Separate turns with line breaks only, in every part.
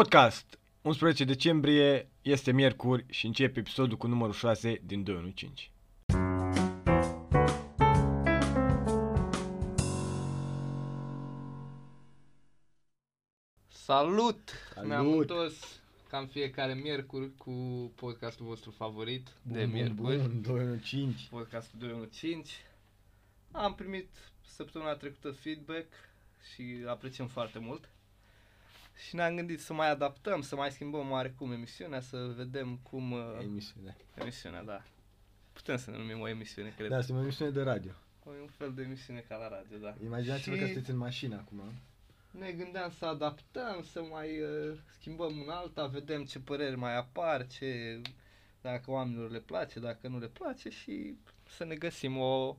Podcast! 11 decembrie, este miercuri și începe episodul cu numărul 6 din 215.
Salut!
Salut!
Ne-am întors ca în fiecare miercuri cu podcastul vostru favorit de miercuri,
215.
podcastul 215. Am primit săptămâna trecută feedback și apreciem foarte mult. Și ne-am gândit să mai adaptăm, să mai schimbăm oarecum emisiunea, să vedem cum... uh,
Emisiune.
Emisiunea, da. Putem să ne numim o emisiune, cred.
Da, suntem o emisiune de radio.
O, e un fel de emisiune ca la radio, da.
Imaginați-vă
Și-
că sunteți în mașină acum.
Ne gândeam să adaptăm, să mai uh, schimbăm în alta, vedem ce păreri mai apar, ce, dacă oamenilor le place, dacă nu le place și să ne găsim o,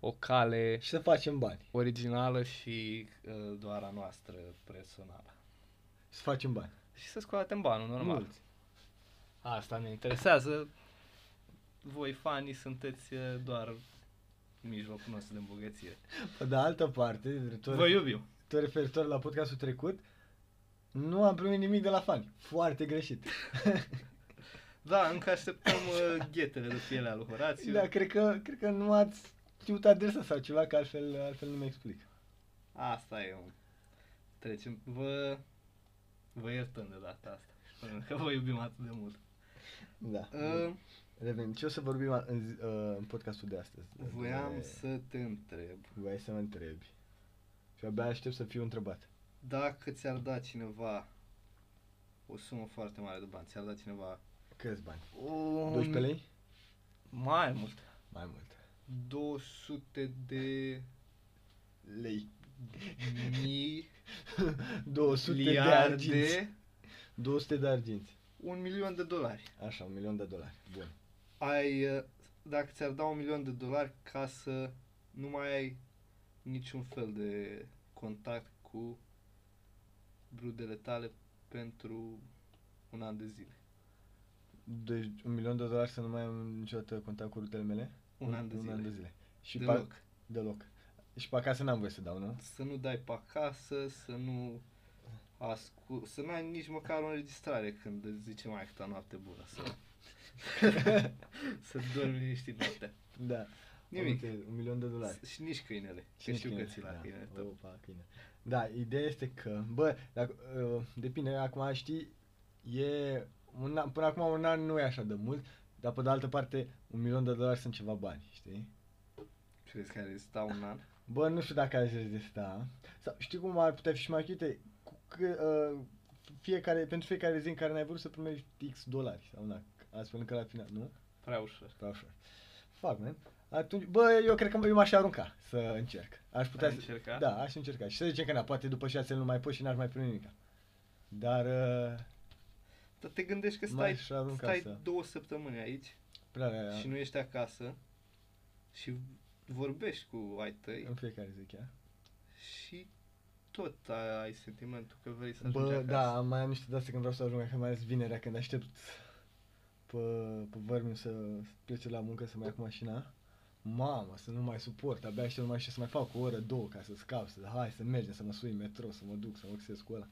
o cale
Și să facem bani.
originală și uh, doar a noastră personală.
Să facem bani.
Și să scoatem banul, normal.
Mulți.
Asta ne interesează. Voi, fanii, sunteți uh, doar mijlocul nostru de îmbogățire.
Pe de altă parte, tu,
Vă iubim.
tu referitor la podcastul trecut, nu am primit nimic de la fani. Foarte greșit.
Da, încă așteptăm uh, ghetele de pielea lui Horațiu.
Da, cred că, cred că nu ați știut adresa sau ceva, că altfel, altfel nu mi explic.
Asta e un... Trecem, vă... Vă iertăm de data asta. Pentru că vă iubim atât de mult.
Da.
Uh,
Revenim. Ce o să vorbim a- în, zi- uh, în podcastul de astăzi?
voiam
De-
să te întreb
Voiai să mă întrebi. Și abia aștept să fiu întrebat.
dacă ți-ar da cineva o sumă foarte mare de bani, ți-ar da cineva
Câți bani?
un...
12 lei?
Mai mult.
Mai mult.
200 de
Lei.
mii
200 de arginți.
miliarde,
200 de arginți.
un milion de dolari.
Așa, un milion de dolari. Bun.
ai, uh, dacă ți-ar da un milion de dolari ca să nu mai ai niciun fel de contact cu brudele tale pentru un an de zile.
Deci un milion de dolari să nu mai am niciodată contact cu rudele mele?
Un, an de zile.
Un an de zile. Și
De
Deloc.
loc.
deloc. Și pe acasă n-am voie să dau, nu?
Să nu dai pe acasă, să nu ascult, să n-ai nici măcar o înregistrare când îți zice mai ta noapte bună să, să dormi liniștit noaptea.
Da.
Nimic.
Uite, un milion de dolari.
S- Și nici câinele, că
Cinci
știu că
câine.
ți la
da.
câinele tău.
Opa, câine. Da, ideea este că, bă, dacă, uh, depinde, acum știi, e, un an, până acum un an nu e așa de mult, dar pe de altă parte, un milion de dolari sunt ceva bani, știi?
Crezi că ai rezistat un an?
Bă, nu știu dacă aș rezista. Sau, știi cum ar putea fi și mai chite? Cu, că, uh, fiecare, pentru fiecare zi în care n-ai vrut să primești X dolari sau una, astfel încă la final, nu?
Prea ușor.
Prea ușor. Fuck, man. Atunci, bă, eu cred că eu m-aș arunca să încerc. Aș putea
Ai
să...
încercat?
Da, aș încerca. Și să zicem că na, poate după șase luni nu mai pot și n-aș mai primi nimic. Dar uh,
Dar te gândești că
mai
stai,
aș arunca
stai
să...
două săptămâni aici
Prea, prea,
și nu ești acasă și vorbești cu ai tăi
în fiecare zi chiar.
și tot ai sentimentul că vrei să ajungi
Bă,
acasă.
da, mai am niște date când vreau să ajung acasă, mai ales vinerea, când aștept pe, pe vărmiu să să plece la muncă, să mai ia cu mașina. Mamă, să nu mai suport, abia aștept numai și să mai fac o oră, două ca să scap, să hai să mergem, să mă sui în metro, să mă duc, să mă oxez cu ăla.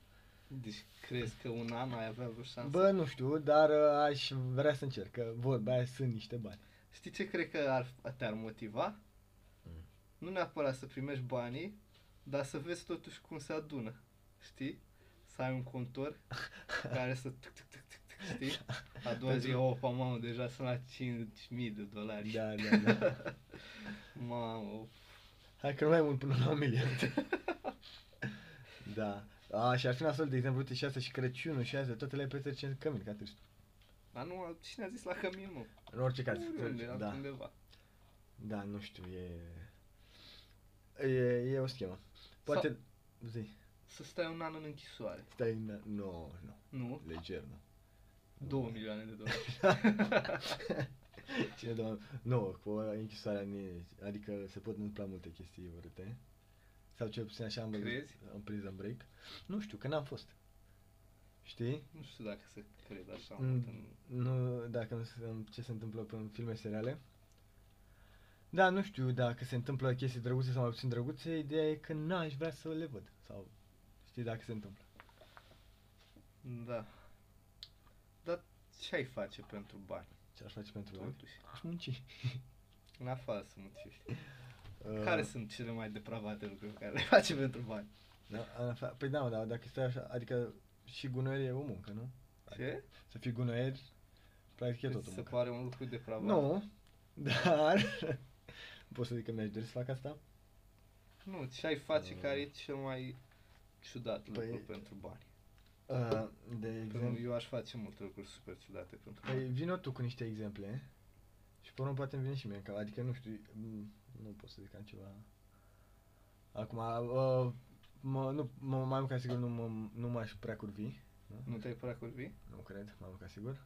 Deci crezi că un an ai avea vreo șansă?
Bă, nu știu, dar uh, aș vrea să încerc, că vorba aia sunt niște bani.
Știi ce cred că ar, te-ar motiva?
Mm.
Nu neapărat să primești banii, dar să vezi totuși cum se adună. Știi? Să ai un contor care să tuc, tuc, tuc, tuc, tuc, știi? A doua zi, opa, mamă, deja sunt la 5.000 de dolari.
Da, da, da.
Mamă,
Hai că nu mai e mult până la un milion. da. A, și ar fi nasol, de exemplu, uite și asta și Crăciunul și astea, toate le petrece în cămin, ca trist.
dar nu, cine a zis la cămin, mă?
În orice caz.
Oriunde,
da.
altundeva.
Da, nu știu, e... E, e o schemă. Poate... Sau... Zi.
Să stai un an în închisoare.
Stai... Nu, no, nu.
Nu?
Leger, nu. Da.
2 milioane de dolari.
Cine doamne... Nu, cu închisoarea nu e... Adică se pot întâmpla multe chestii urâte. Sau cel puțin așa am văzut
Crezi?
în prison break. Nu știu, că n-am fost. Știi?
Nu știu dacă să cred așa
Mm.
mult în...
Nu, dacă nu se- în ce se întâmplă în filme seriale. Da, nu știu dacă se întâmplă chestii drăguțe sau mai puțin drăguțe, ideea e că n-aș vrea să le văd. Sau știi dacă se întâmplă.
Da. Dar ce ai face pentru bani,
Ce aș face pentru bani?
totuși?
Aș munci.
În afară să muncești.
Uh.
Care sunt cele mai depravate lucruri care le face pentru bani?
Da, în afa- păi da, mă, dar dacă stai așa, adică și gunoier e o muncă, nu?
Ce?
Să fii gunoier, practic e tot o
Ți se
muncă.
pare un lucru depravat?
Nu, dar pot să zic că mi-aș dori să fac asta?
Nu, ce ai face
Mm.
care e cel mai ciudat lucru
Păi-
pentru bani?
Uh, de
Pentru
exemplu,
eu aș face multe lucruri super ciudate pentru
păi
bani.
vino tu cu niște exemple și pe urmă poate îmi vine și mie în cap, adică nu știu, mm, nu pot să zic am ceva. Acum, uh, mă, nu, mă, mai mult ca sigur nu, mă, nu m-aș prea curvi.
Nu te-ai părea curvi?
Nu cred, m-am ca sigur.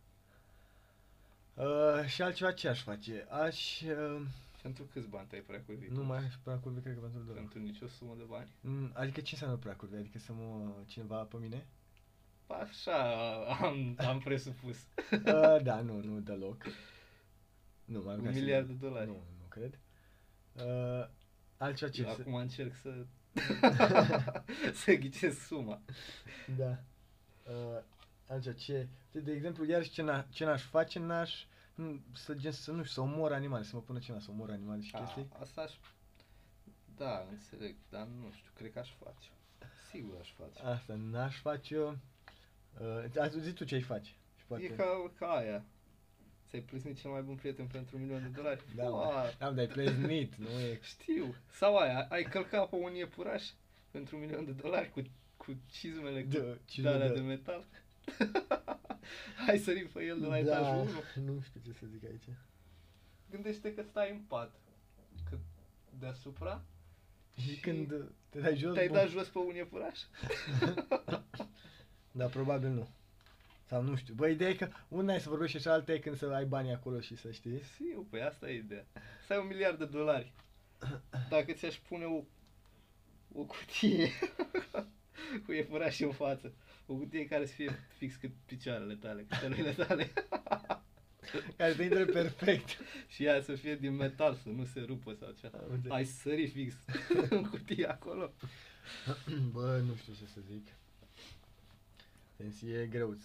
Uh, și altceva ce aș face? Aș... Uh,
Pentru câți bani te-ai părea curvi?
nu mai aș prea curvi, cred că pentru doar.
Pentru nicio sumă de bani?
Mm, adică ce înseamnă prea curvi? Adică să mă cineva pe mine?
Așa am, am presupus.
Uh, da, nu, nu deloc. Nu, mai
Un miliard de dolari.
Nu, nu cred. Uh, altceva ce...
Eu
Să,
acum încerc să... să ghicesc suma.
da. Uh, altceva ce... De, de exemplu, iar ce, na, ce n-aș face, n-aș... mm, Să, gen, să, nu știu, să omor animale, să mă pună cineva să omor animale
Ah.
și chestii.
A, asta aș... Da, înțeleg, dar nu știu, cred că aș face. Sigur aș face.
Asta n-aș face eu. Uh, a- zi tu ce ai face. Și poate...
E ca, ca aia. Ți-ai plăsnit cel mai bun prieten pentru un milion de dolari?
Da, mă.
Ua,
Da, dar ai pleznit, nu e...
știu. Sau aia, ai călcat pe un iepuraș pentru un milion de dolari cu, cu cizmele cu
Da,
de
cizmele
alea
de-
de metal? Hai sări pe el de
Da.
la etajul 1.
nu știu ce să zic aici.
Gândește că stai în pat. Că deasupra
Și
Și
când te dai jos...
te-ai
bun.
dat jos pe un iepuraș?
Da, probabil nu. Sau nu știu. Bă, ideea e că una e să vorbești și alta e când să ai banii acolo și să știi.
Siu, păi asta e ideea. Să ai un miliard de dolari. Dacă ți-aș pune o, o cutie cu iepuraș în față. O cutie care să fie fix cât picioarele tale, cât tăluile tale.
Care te intre perfect.
Și ea să fie din metal, să nu se rupă sau cea.
Am înțeles.
Ai sări fix în cutie acolo.
Bă, nu știu ce să zic. Tensi e greuț.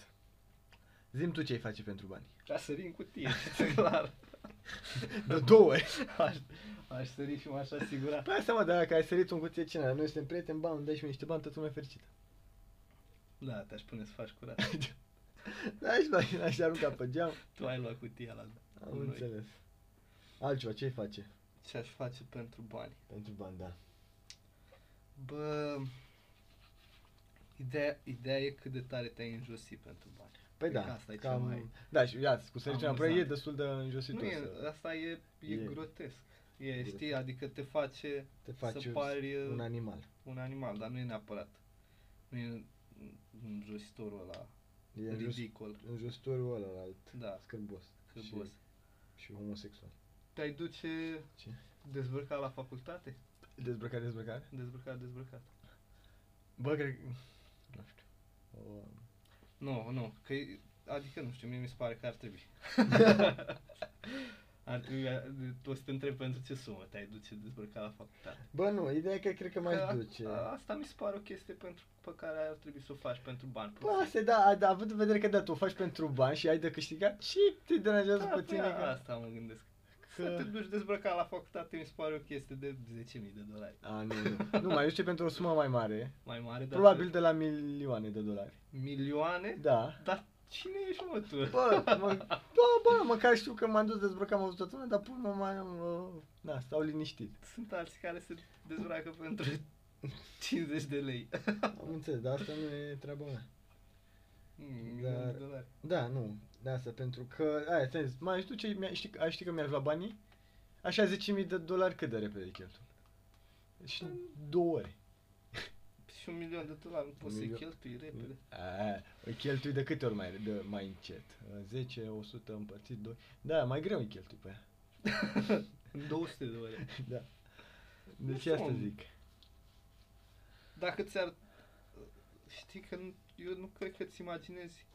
Zim tu ce ai face pentru bani.
Aș sări în cutie, clar.
De două ori.
Aș, aș sări și m-aș asigura.
Păi asta mă, dacă ai sărit un cuție cine, noi suntem prieteni, bani, dai și mie niște bani, toată lumea e fericită.
Da, te-aș pune să faci curat.
Da, și la aș arunca pe geam.
Tu ai luat cutia la
Am
Noi.
înțeles. Altceva, ce ai face?
Ce aș face pentru bani?
Pentru bani, da.
Bă, ideea, ideea e cât de tare te-ai înjosit pentru bani.
Păi
Cred că
da,
asta e cel
cam...
mai
Da, și ia, cu săricina prea e
amuzant.
destul de
Nu
înjositor
e, ă,
să
asta e, e,
E.
grotesc. E,
Grotesc.
știi, adică te face
te
faci
faci
să pari ă,
un
un,
animal.
un animal, dar nu e neapărat. Nu e înjositorul ăla
E înjos-
ridicol,
înjositorul ăla la alt,
da,
scârbos
hârbos.
și homosexual.
Te-ai duce
Ce?
dezbrăcat la facultate?
Dezbrăcat, dezbrăcat?
Dezbrăcat, dezbrăcat.
Bă, cred că... Nu știu. O...
Nu, nu, că e- adică nu știu, mie mi se pare că ar trebui. ar trebui, o să te întreb pentru ce sumă te-ai duce dezbrăcat la facultate.
Bă, nu, ideea e că cred că
Că
mai
a-
duce.
a- Asta mi se pare o chestie pentru, pe care ar trebui să o faci pentru bani.
Bă, asta e, da, a- da, având în vedere că da, tu o faci pentru bani și ai de câștigat, și te deranjează
da,
pe tine
puțin
că...
asta mă gândesc. Că... Să te
că...
duci dezbrăcat la facultate mi se pare o chestie de 10.000 de dolari.
A, nu, nu. Nu, mai duce pentru o sumă mai mare.
Mai mare, dar
Probabil de la milioane de dolari.
milioane?
Da.
Dar cine ești mă tu?
Bă, mă, bă, bă, măcar știu că m-am dus dezbrăcat, m-am văzut toată lumea, dar până mă mai am, uh, na, stau liniștit.
Sunt alții care se dezbracă pentru 50 de lei.
Am înțeles, dar asta nu e treaba mea.
Mm,
Dar-
milioane de dolari.
Da, nu, de asta, pentru că, aia, ți-am zis, mai știu ce, mi-a, știi, ai ști că mi-aș lua banii? Așa 10.000 de dolari cât de repede cheltuie? Și două ore.
Și un milion de dolari nu poți să-i
milion.
cheltui repede.
A, îi cheltui de câte ori mai, de, mai încet? 10, 100 împărțit 2. Da, mai greu îi cheltui pe aia.
În 200 de ore.
Da.
Nu
Deci
știu,
asta
mă.
zic.
Dacă ți-ar... Știi că nu- eu nu cred că îți imaginezi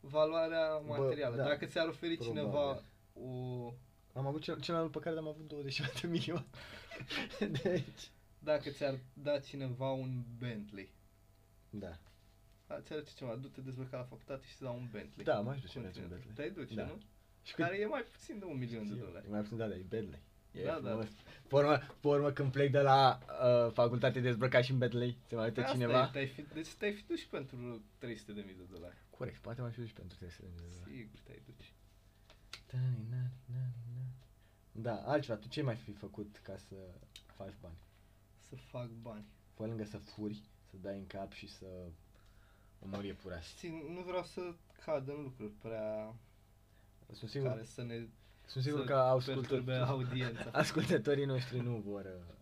valoarea
Bă,
materială.
da.
Dacă ți-ar oferi
Probabil.
cineva o...
Am avut cel, cel mai mult pe care l-am avut 20 de milioane. Deci.
Dacă ți-ar da cineva un Bentley,
Da.
Ați arătat ceva, du-te dezbrăca la facultate și să dau un Bentley.
Da, m-aș duce,
Continuu.
merge un Bentley.
Te-ai duce,
Da.
nu?
Și cât-
Care e mai puțin de un milion de
Știu,
dolari.
E mai puțin, da, dar e Bentley. E
Da,
da,
da.
frumos. Da. Formă, formă, când plec de la uh, facultate dezbrăcat și în Bentley, se mai uită
Asta
cineva.
E, te-ai fi, deci te-ai fi dus și pentru 300.000 de dolari.
Corect, poate mai și pentru testele de la...
Sigur te-ai duci.
Tani, nani, nani, nani. Da, altceva, tu ce mai fi făcut ca să faci bani?
Să fac bani.
Pe lângă să furi, să dai în cap și să omori iepurași.
Știi, nu vreau să cad în lucruri prea
Sunt
Sigur.
sigur,
care să ne
sunt sigur
să
că
perturbe
ascultă...
audiența.
ascultătorii noștri nu vor, uh,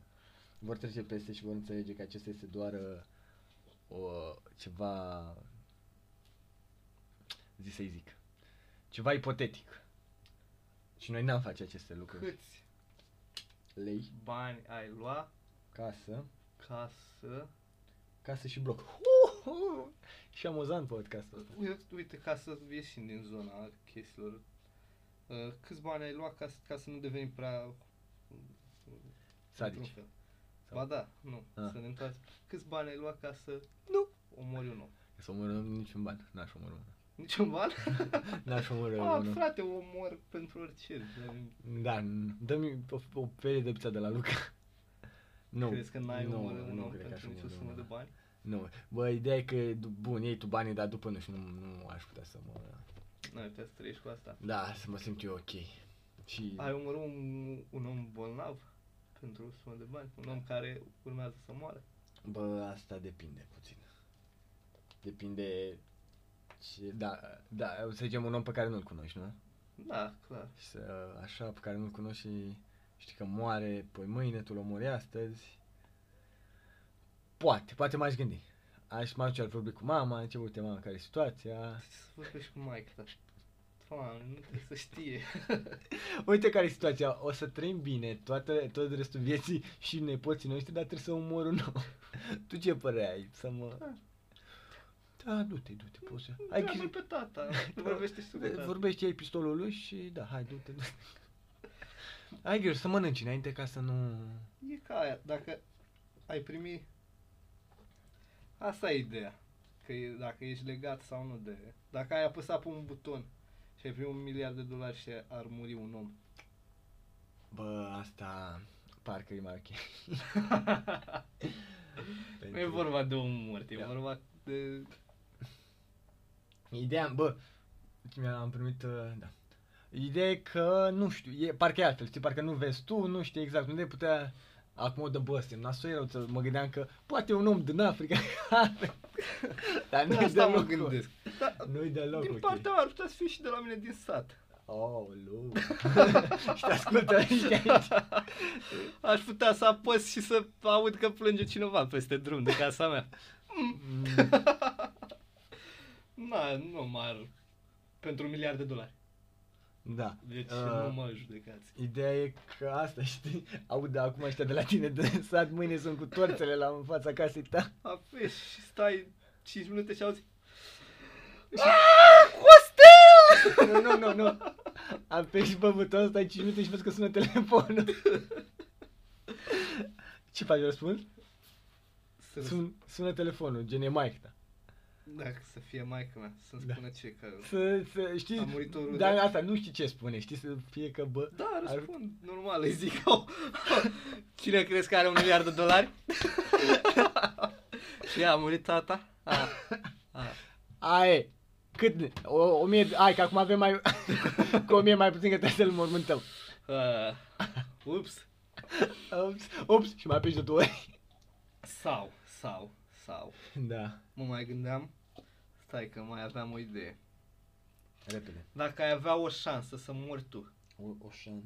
vor trece peste și vor înțelege că acesta este doar uh, o, ceva, zi să-i zic, ceva ipotetic. Și noi n-am face aceste lucruri.
Câți
Lei,
bani ai lua
casă,
ca să...
casă și bloc. și amuzant podcastul ăsta.
Uite, uite, ca să ieșim din zona chestiilor. Uh, Câți bani ai luat ca, să- ca să nu devenim prea...
Sadici.
într-un fel?
Sau-
Ba da, nu,
Ah.
să ne întoarcem. Câți bani ai luat ca să
Nu.
omori un om?
Să omor niciun ban, n-aș omor una.
Niciun ban?
N-aș omor
A,
una.
Ah, frate, omor pentru orice. Dar
Da, n- dă-mi o, o perie de pizza de la Luca. Nu,
Crezi că n-ai
nu,
omorât un
nu
om
cred că aș
pentru nicio
omorâ
sumă
un
de
om.
bani?
Nu, bă, ideea e că, e du- bun, iei tu banii, dar după nu știu, nu, nu aș putea să mă...
Nu, ai putea să trăiești cu asta.
Da, să mă simt eu ok. Și...
Ai omorât un, un om bolnav pentru o sumă de bani? Un om care urmează să moară?
Bă, asta depinde puțin. Depinde... Ce, da, da, să zicem un om pe care nu-l cunoști, nu?
Da, clar.
Și să, așa, pe care nu-l cunoști și știi că moare, poi mâine tu-l omori astăzi. Poate, poate m-aș gândi. Aș mă duce, aș vorbi cu mama, ce uite mama, care e situația.
Ce să vorbești cu maica ta? Doamne, nu trebuie să știe.
Uite care e situația, o să trăim bine toată, tot restul vieții și nepoții noștri, dar trebuie să omor un om. tu ce părere ai? Să mă... Da, du-te, du-te, poți să... Ai
Ai
chis-
pe tata, nu vorbește și tu cu tata.
Vorbești, iei pistolul lui și da, hai, du-te, du-te. Ai grijă să mănânci înainte ca să nu...
E ca aia, dacă ai primi... Asta e ideea. Că e, dacă ești legat sau nu de... Dacă ai apăsat pe un buton și ai primit un miliard de dolari și ar muri un om.
Bă, asta parcă e mai ok.
nu e vorba de o moarte, e
Da.
vorba de...
Ideea, bă, mi-am primit, uh, da. Ideea e că, nu știu, e, parcă e altfel, știi, parcă nu vezi tu, nu știi exact unde putea... Acum de bă, semna soieră, mă gândeam că poate e un om din Africa Dar nu-i
asta
deloc,
mă
ok.
gândesc. Da,
Nu-i deloc,
din
ok.
partea mea ar putea să fie și de la mine din sat.
Oh, lu. Și te ascultă niște aici.
Aș putea să apăs și să aud că plânge cineva peste drum de casa mea.
Mm.
Na, nu m-ar... Pentru un miliard de dolari.
Da.
Deci
Uh,
nu mă judecați.
Ideea e că asta, știi, aud acum ăștia de la tine de sat, mâine sunt cu torțele la în fața casei ta.
Apeși păi, și stai 5 minute și auzi
Nu, nu, nu, nu. Apeși pe butonul, stai 5 minute și vezi că sună telefonul. Ce faci, răspuns?
Sunt...
Sun, sună telefonul, gen e maica ta.
Dacă să fie maica mea, să-mi
Da.
spună ce că...
Să, să, știi,
A murit o rudă.
dar asta nu știi ce spune, știi, să fie că bă,
Da,
Ar-
răspund, normal, îi zic eu. Cine crezi că are un miliard de dolari? și a murit tata? A, a.
ai, cât, o, o mie, ai, că acum avem mai, cu o mie mai puțin că trebuie să-l mormântăm.
a. Uh, Ups.
Ups, ups, și mai apeși de două ori.
Sau, sau, sau.
Da,
Mă mai gândeam, stai că mai aveam o idee.
repede.
Dacă ai avea o șansă să mori tu,
O, oșan.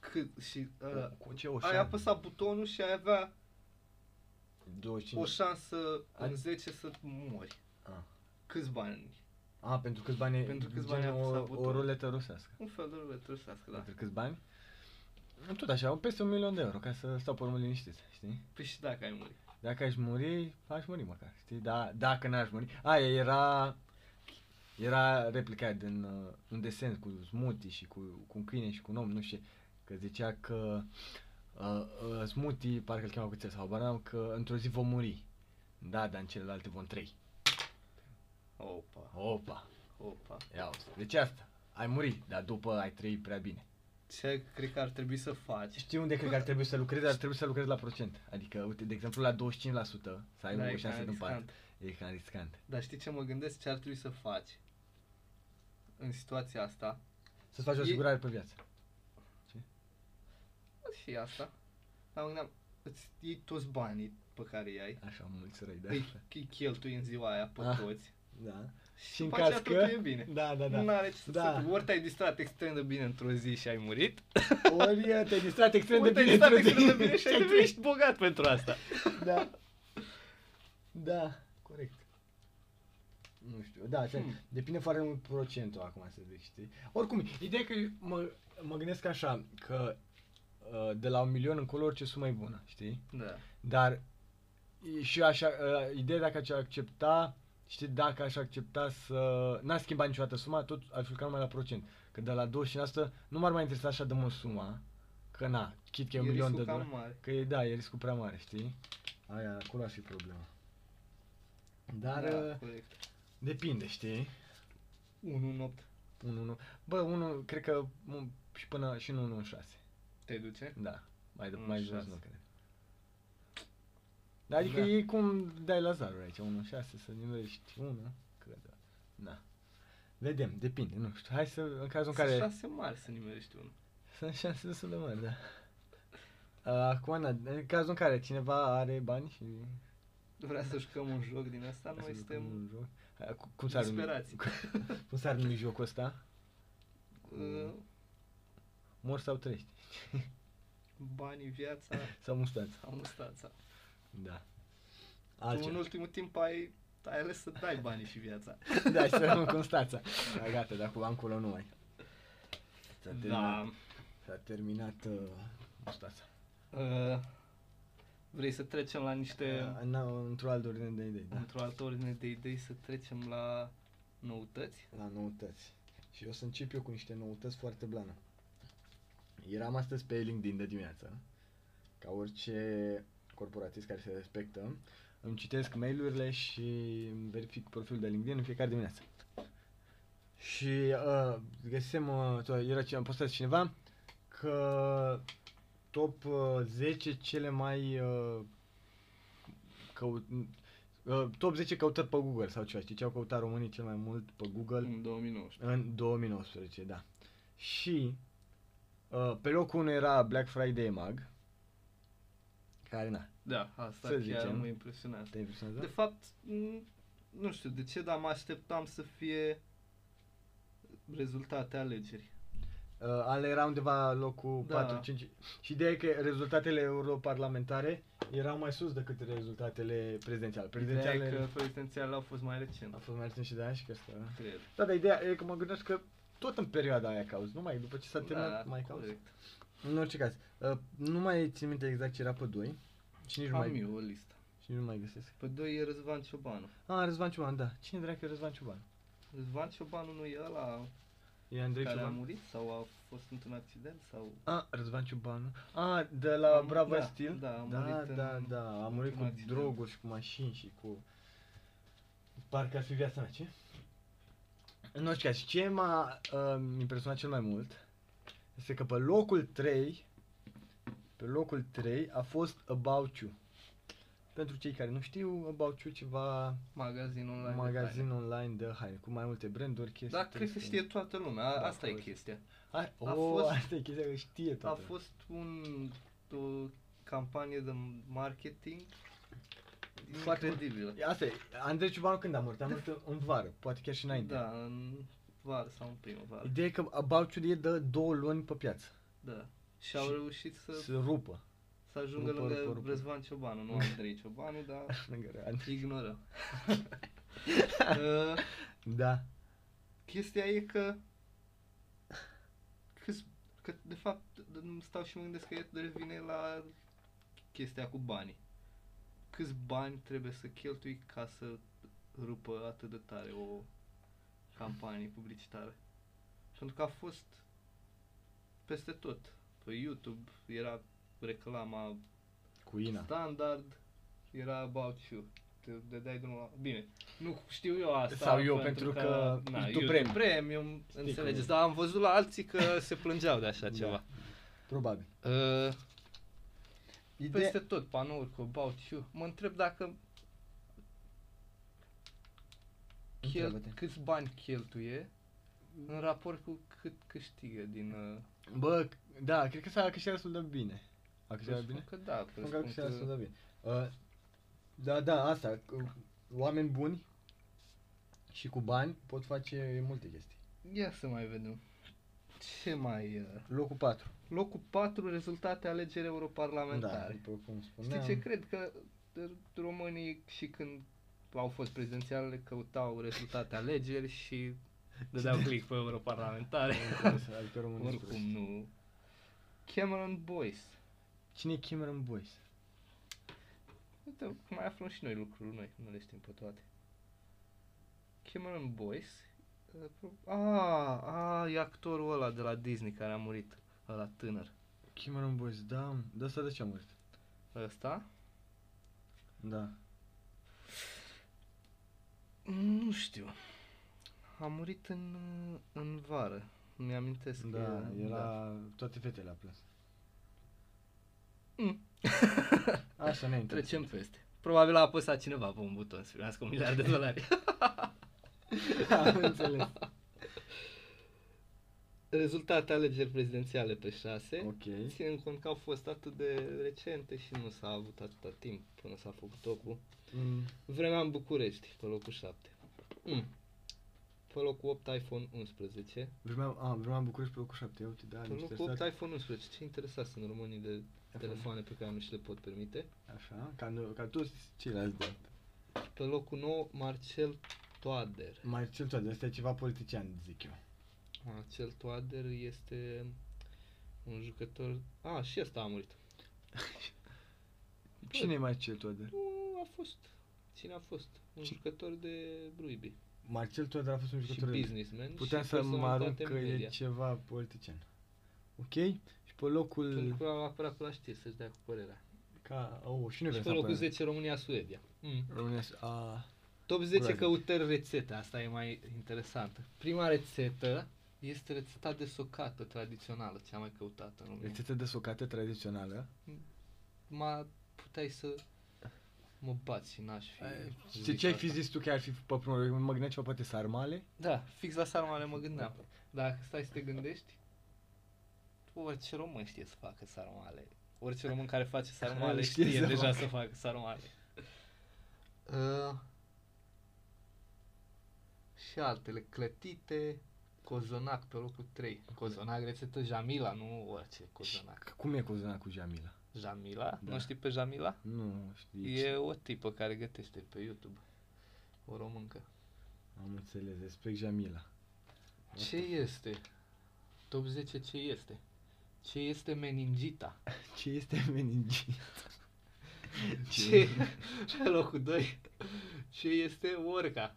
cât și... Uh,
Cu ce oșan?
ai apăsat butonul și ai avea
25.
o șansă
Ai-
în 10 să mori.
Ah.
Câți bani?
A, Ah, pentru câți bani e-
Pentru câți
gen
bani a apăsat
o, o
butonul.
ruletă rusească.
Un fel de ruletă rusească, da.
Pentru câți bani? Tot așa, peste un milion de euro, ca să stau pe urmă liniștit, știi?
Păi și dacă ai murit.
Dacă aș muri, aș muri măcar, știi? Da, dacă n-aș muri... Aia era... Era replica aia din uh, un desen cu smoothie și cu, cu un câine și cu un om, nu știu ce, Că zicea că uh, uh, smoothie, parcă îl chema cu țel sau banam, că într-o zi vom muri. Da, dar în celelalte vom trei.
Opa,
Opa,
opa.
ia uzi. Deci asta, ai murit, dar după ai trăit prea bine.
Ce cred că ar trebui să faci?
Știi unde cred că ar trebui să lucrezi? Ar trebui să lucrezi la procent. Adică, uite, de exemplu, la 25% să ai
Da,
o
e
șansă
cam
din parte.
riscant.
E cam riscant.
Dar știi ce mă gândesc? Ce ar trebui să faci în situația asta?
Să-ți faci o
E-
asigurare pe viață.
Păi Și asta. Dar mă gândeam, îți iei toți banii pe care i-ai,
Așa, am mulți răi, da.
îi, îi cheltui în ziua aia pe
Ah.
toți
Da.
și după aceea totul e bine.
Da, da,
Da.
da.
Nu are ce să
Da.
da. Ori te-ai distrat extrem de bine într-o zi și ai murit,
Ori eh, te-ai distrat extrem de
ori te-ai
bine.
distrat
într-o
extrem de
zi
bine și ai
trăit.
devenit bogat pentru asta.
Da. Da, corect. Nu știu, da, hmm.
Hmm.
depinde foarte mult procentul acum să zic, știi? Oricum, ideea e că eu mă, mă gândesc așa, că uh, de la un milion încolo orice sumă e bună, știi?
Da.
Dar e și eu așa, uh, ideea dacă aș accepta, știi, dacă aș accepta să n-aș schimba niciodată suma, tot aș lucra numai la procent. Că de la 25% nu m-ar mai interesa așa de mult suma, că na, chit că e un milion de dolari.
mare.
Că e, da, e riscul prea mare, știi? Aia, acolo ar fi problema. Dar
da,
da.
corect.
depinde, știi?
1 în 8
1, 1. Bă, 1, cred că mm, și până și în 1 în 6.
te duce.
Da. Mai, de,
Unul
mai
în
jos,
șase.
nu cred. Dar adică
Da.
e cum dai la zaruri aici, 1 în 6, să nimerești 1, cred. da. Na. Vedem, depinde, nu știu. Hai să, în cazul în
Sunt
care...
șase mari să nimerești unul.
Sunt șanse destul de mari, da. Uh, Acum, na, în cazul în care cineva are bani și
Vrea să jucăm un joc din asta,
Hai
noi
să jucăm
suntem
un joc. Hai, cu- Cum s-ar numi?
disperați.
Cum s-ar numi jocul ăsta?
uh,
Mor sau trăiești?
banii, viața
Sau mustață?
sau mustața.
Da.
Tu în
Altceva.
ultimul timp ai, ai ales să dai banii și viața.
Da, și să rămân Constanța. Da, gata, de acum încolo nu mai. S-a terminat,
Da.
s-a terminat uh, mustața.
Uh, vrei să trecem la niște...
Uh, n-am- într-o altă ordine de idei, da.
Într-o altă ordine de idei să trecem la noutăți.
La noutăți. Și eu o să încep eu cu niște noutăți foarte blană. Eram astăzi pe LinkedIn de dimineață, ca orice corporatist care se respectă, îmi citesc mail-urile și îmi verific profilul de LinkedIn în fiecare dimineață. Și uh, găsisem, uh, to- era ce am postat cineva, că top uh, 10 cele mai uh, căut, uh, top 10 căutări pe Google sau ceva, știi ce au căutat românii cel mai mult pe Google
În 2019.
în 2019, da. Și uh, pe locul 1 era Black Friday Mag, care na,
Da,
Să
asta chiar
zicem. Da.
mă impresionează.
te impresionează?
De fapt, m, nu știu de ce, dar mă așteptam să fie rezultate alegeri.
Uh, ale era undeva locul
Da.
da. 4-5 și ideea e că rezultatele europarlamentare erau mai sus decât rezultatele prezidențiale.
Ideea
Prezidențiale
e că prezidențialele au fost mai recent,
a fost mai recent și de aia și că asta...
cred.
Da, dar ideea e că mă gândesc că tot în perioada aia cauți, numai după ce s-a terminat
Da,
mai cauți.
corect.
În orice caz, uh, nu mai țin minte exact ce era pe 2 și nici nu
Am
mai,
eu o listă.
și nici nu mai găsesc.
Pe doi e Răzvan Ciobanu.
Ah, Răzvan Cioban, da. Cine dracu e Răzvan Cioban?
Răzvan Ciobanu nu e ăla
E Andrei
care a
Cioban.
murit sau a fost într-un accident sau...
Ah, Răzvan Cioban. Ah, de la
Am-
Bravo
da,
Steel.
da, a
da,
murit
da,
în-
da, a murit
într-un
cu
accident.
droguri și cu mașini și cu... Parcă ar fi viața mea, ce? În orice caz, ce m-a uh, impresionat cel mai mult este că pe locul 3, pe locul 3 a fost About You. Pentru cei care nu știu, About You ceva
Magazin online. de
magazin online de haine, cu mai multe branduri,
haine.
chestii.
Dar Da, cred că
chestii.
știe toată lumea, a-
Da,
asta e
corect.
chestia.
A,
A
o,
fost-
Oh, asta e chestia că știe
A
toată.
fost un, o campanie de marketing
Foarte-
incredibilă.
Asta e, Andrei Ciubanu când a murit? A murit în vară, poate chiar și înainte.
Da, în vară sau în primăvară.
Ideea e că About You e de două luni pe piață.
Da. Și au
Și-
reușit să,
Se rupă.
să ajungă
rupă, rupă,
lângă
rupă.
Răzvan Ciobanu, nu Andrei Ciobanu, dar
Lângă Andrei.
ignorăm. uh,
Da.
chestia e că, că, că de fapt stau și mă gândesc că e- revine la chestia cu banii. Câți bani trebuie să cheltui ca să rupă atât de tare o campanie publicitară? Pentru că a fost peste tot. Pe YouTube era reclama
Cu Ina.
standard, era About You. te dădeai drumul la... Bine, nu știu eu asta.
Sau eu, pentru că
na,
tu
eu
premium.
premium
Știi
înțelegeți.
cum
Dar am văzut la alții că se plângeau de așa
Da.
ceva.
Probabil.
Uh,
Ideea...
peste tot, panouri cu About You. Mă întreb dacă chel,
Întreabă-te.
câți bani cheltuie în raport cu cât câștigă din... Uh,
Bă, da, cred că s-a câștigat destul de bine. A câștigat
presupun
bine?
Că da,
Cred că a
presupun
câștigat destul
că...
de bine. Uh, da, da, asta, cu oameni buni și cu bani pot face multe chestii.
Ia să mai vedem. Ce mai... Uh,
Locul 4.
locul 4, rezultate alegeri
Da,
europarlamentare.
după cum Da. spuneam.
Știi ce cred? Că r- românii și când au fost prezidențialele căutau rezultate alegeri și dădeau click pe europarlamentare.
Adică românii sunt proști.
Oricum nu. Cameron Boyce.
Cine e Cameron Boyce?
Uite, mai aflăm și noi lucruri noi, nu le știm pe toate. Cameron Boyce. uh, pro- A, a, e actorul ăla de la Disney care a murit, ăla tânăr.
Cameron Boyce, da, mă. de asta de ce a murit?
Ăsta?
Da.
Nu știu. A murit în, uh, în vară. Mi-amintesc că
Da, era... Toate fetele a plâns.
Mm.
Așa, ne
Trecem peste. Probabil a apăsat cineva pe un buton să primească un miliard de dolari.
Am înțeles.
Rezultate alegeri prezidențiale pe 6.
Ok.
Ținând cont că au fost atât de recente și nu s-a avut atâta timp până s-a făcut tocul.
Mm.
Vremea în București, pe locul 7. Mm. Pe locul 8 iPhone 11.
Vremea, a, vremea în București pe locul 7, uite, da,
Pe
niște
locul 8
state.
iPhone 11. Ce interesați sunt românii de telefoane pe care nu și le pot permite.
Așa, ca, no- ca toți ceilalți da. de
Pe locul 9, Marcel Toader.
Mai cel toate, asta e ceva politician, zic eu.
Marcel Toader este un jucător... A, și ăsta a murit.
Cine e Marcel Toader?
Nu, a fost. Cine a fost? Un
Ce-
jucător de rugby
Marcel Toader a fost un
și
jucător de-
businessman
Puteam
și
să mă arunc
personalitate
că e
media.
ceva politician. Ok? Și pe locul...
Pentru că a apărat pe la știri să-și dea cu părerea.
Ca... Oh, și noi vrem
și pe
să
locul
apărăm.
10, România-Suedia. Mm.
România... A,
Top 10
Curaj.
căutări rețete, asta e mai interesantă. Prima rețetă este rețeta de socată tradițională, cea mai căutată în România.
rețetă de socate tradițională.
mă puteai să mă bați și n-aș fi...
Ce, ce ai fi zis tu că ar fi pe primul loc? Mă gândeam ceva poate sarmale?
Da, fix la sarmale mă gândeam. Dacă stai să te gândești, orice român știe să facă sarmale. Orice român care face sarmale
Știe
știe,
să
deja
facă.
să facă sarmale. Uh, și altele, clătite, cozonac pe locul 3. Cozonac, rețetă Jamila, nu orice cozonac.
Și Cum e cozona cu Jamila?
Jamila?
Da.
Nu știi pe Jamila?
Nu știi.
E o tipă care gătește pe YouTube. O româncă.
Am înțeles, respect Jamila.
Ce este? Top 10 ce este? Ce este meningita?
Ce este meningit?
Ce? Pe locul 2. Ce este orca?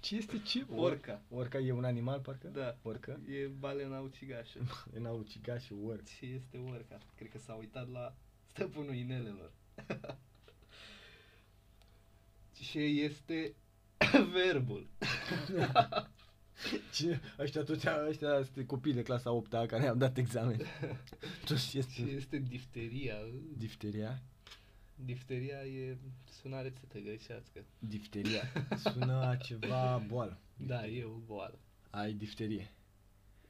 Ce este ce?
Orca.
Orca e un animal, parcă?
Da.
Orca?
E balena ucigașă.
E n-au ucigat și orc.
Ce este orca? Cred că s-a uitat la stăpânul inelelor. Ce este verbul?
Ce? Ăștia toți, ăștia sunt copii de clasa 8 -a care au dat examen. Toți
Ce
este
este difteria?
difteria?
Difteria e suna rețetă grecească.
Difteria. Sună a ceva boală.
Da, e o boală.
Ai difterie.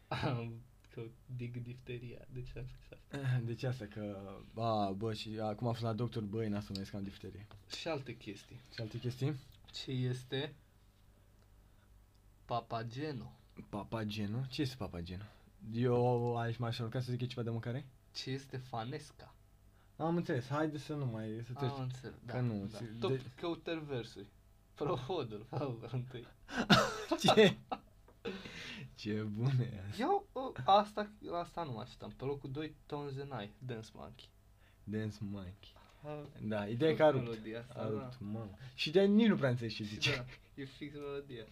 Am că dig difteria, deci am scris asta.
De ce asta că... A, bă, și acum a fost la doctor, băi, n-a să mă ies că am difterie.
Și alte chestii.
Și alte chestii?
Ce este papageno?
Papagenul? Ce este papagenul? Eu aș m-aș arunca să zic că e ceva de mâncare?
Ce este fanesca?
Am înțeles, haide să nu mai... Să
Am
treci.
înțeles, da.
că nu,
da.
se-
Top
de-
căutări versuri. Prohodul, fau întâi.
Ce? Ce bune e asta.
Eu o, asta, la asta nu mă așteptam. Pe locul 2, Tonzenai, Dance Monkey.
Dance Monkey.
A,
Da, ideea e că a rupt.
Melodia asta,
A
da.
rupt, mamă. Și de nici nu prea înțelegi ce
Și
zice.
da, e fix melodia.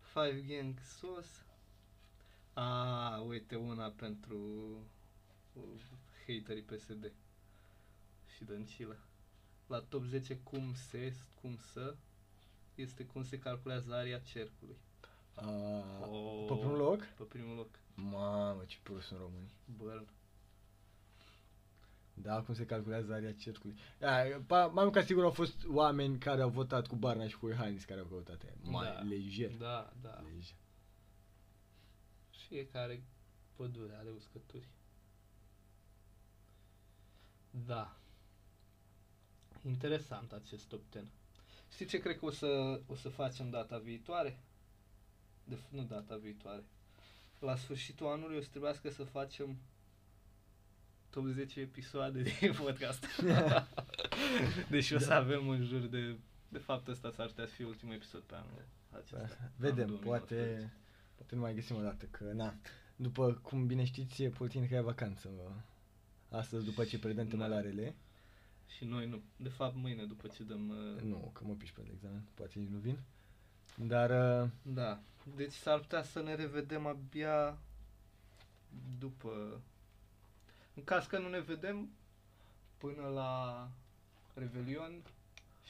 Five Gang Sauce. A, uite una pentru uh, haterii PSD și Dăncilă. la top 10 cum se, cum să, este cum se calculează aria cercului. Da.
A,
Oh,
Pe primul loc?
Pe primul loc.
Mamă, ce prost sunt românii.
Burn.
Da, cum se calculează area cercului. Da, pa- mai mult ca sigur au fost oameni care au votat cu Barna și cu Iohannis care au căutat aia. Mai
Da.
lejer.
Da, da.
Lejer.
Fiecare pădure are uscături. Da. Interesant acest top 10. Știi ce cred că o să, o să facem data viitoare? De f- nu data viitoare. La sfârșitul anului o să trebuiască să facem top 10 episoade de podcast. deci o să
Da.
avem în jur de... De fapt ăsta s-ar putea să fie ultimul episod pe anul acesta.
Vedem,
Anul
poate,
2019.
poate nu mai găsim o dată, că na. După cum bine știți, Poltin că e vacanță mă. Astăzi, după ce predăm
Da.
temelarele,
Și noi nu. De fapt mâine după ce dăm... uh,
nu, că mă piși pe examen, poate nici nu vin. Dar uh,
Da. Deci s-ar putea să ne revedem abia după... În caz că nu ne vedem până la Revelion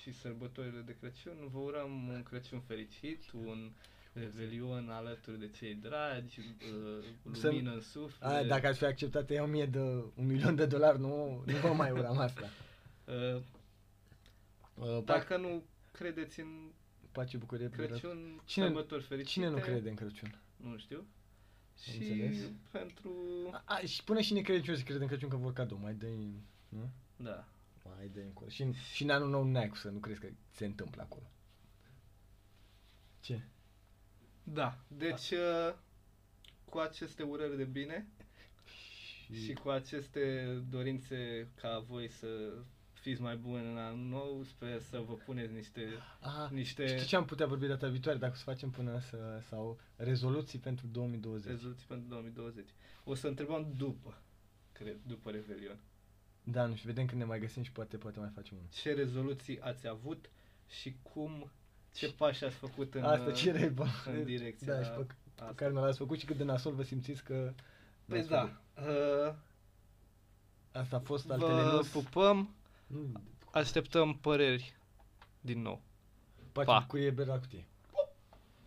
și sărbătorile de Crăciun, vă urăm un Crăciun fericit, un Revelion alături de cei dragi, uh,
Să-
lumină în suflet.
a, dacă ați fi acceptate 1000 de, un milion de dolari, nu, nu vă mai uram asta.
uh,
Uh, pac-
Dacă nu credeți în
Pace, bucurie, Crăciun.
Crăciun,
Cine-
sărbători fericite.
Cine nu crede în Crăciun?
Nu știu. Și
Înțeles.
pentru...
A, a, și până și necredincioși cred în Crăciun că vor cadou, mai dă-i, nu?
Da.
Mai dă-i încolo. Și, în- și în anul nou n-ai cum să nu crezi că se întâmplă acolo. Ce?
Da. Deci, uh, cu aceste urări de bine și cu aceste dorințe ca voi să fiți mai buni în anul nou, sper să vă puneți niște...
a,
niște-
Știi ce am putea vorbi data viitoare dacă o să facem până să, sau rezoluții pentru 2020?
rezoluții pentru 2020. O să întrebăm după, cred, după Revelion.
da, nu știu, vedem când ne mai găsim și poate, poate mai facem unul.
Ce rezoluții ați avut și cum, ce pași ați făcut în,
Asta
uh,
ce reba.
în direcția
Da, și pe,
asta.
pe care nu l-ați făcut și cât de nasol vă simțiți că...
Păi
n-ați
da,
făcut.
uh,
Asta a fost altele
vă
nostru.
pupăm,
Nu,
așteptăm păreri din nou.
Pace,
Pa.
bucurie, bera cu tine.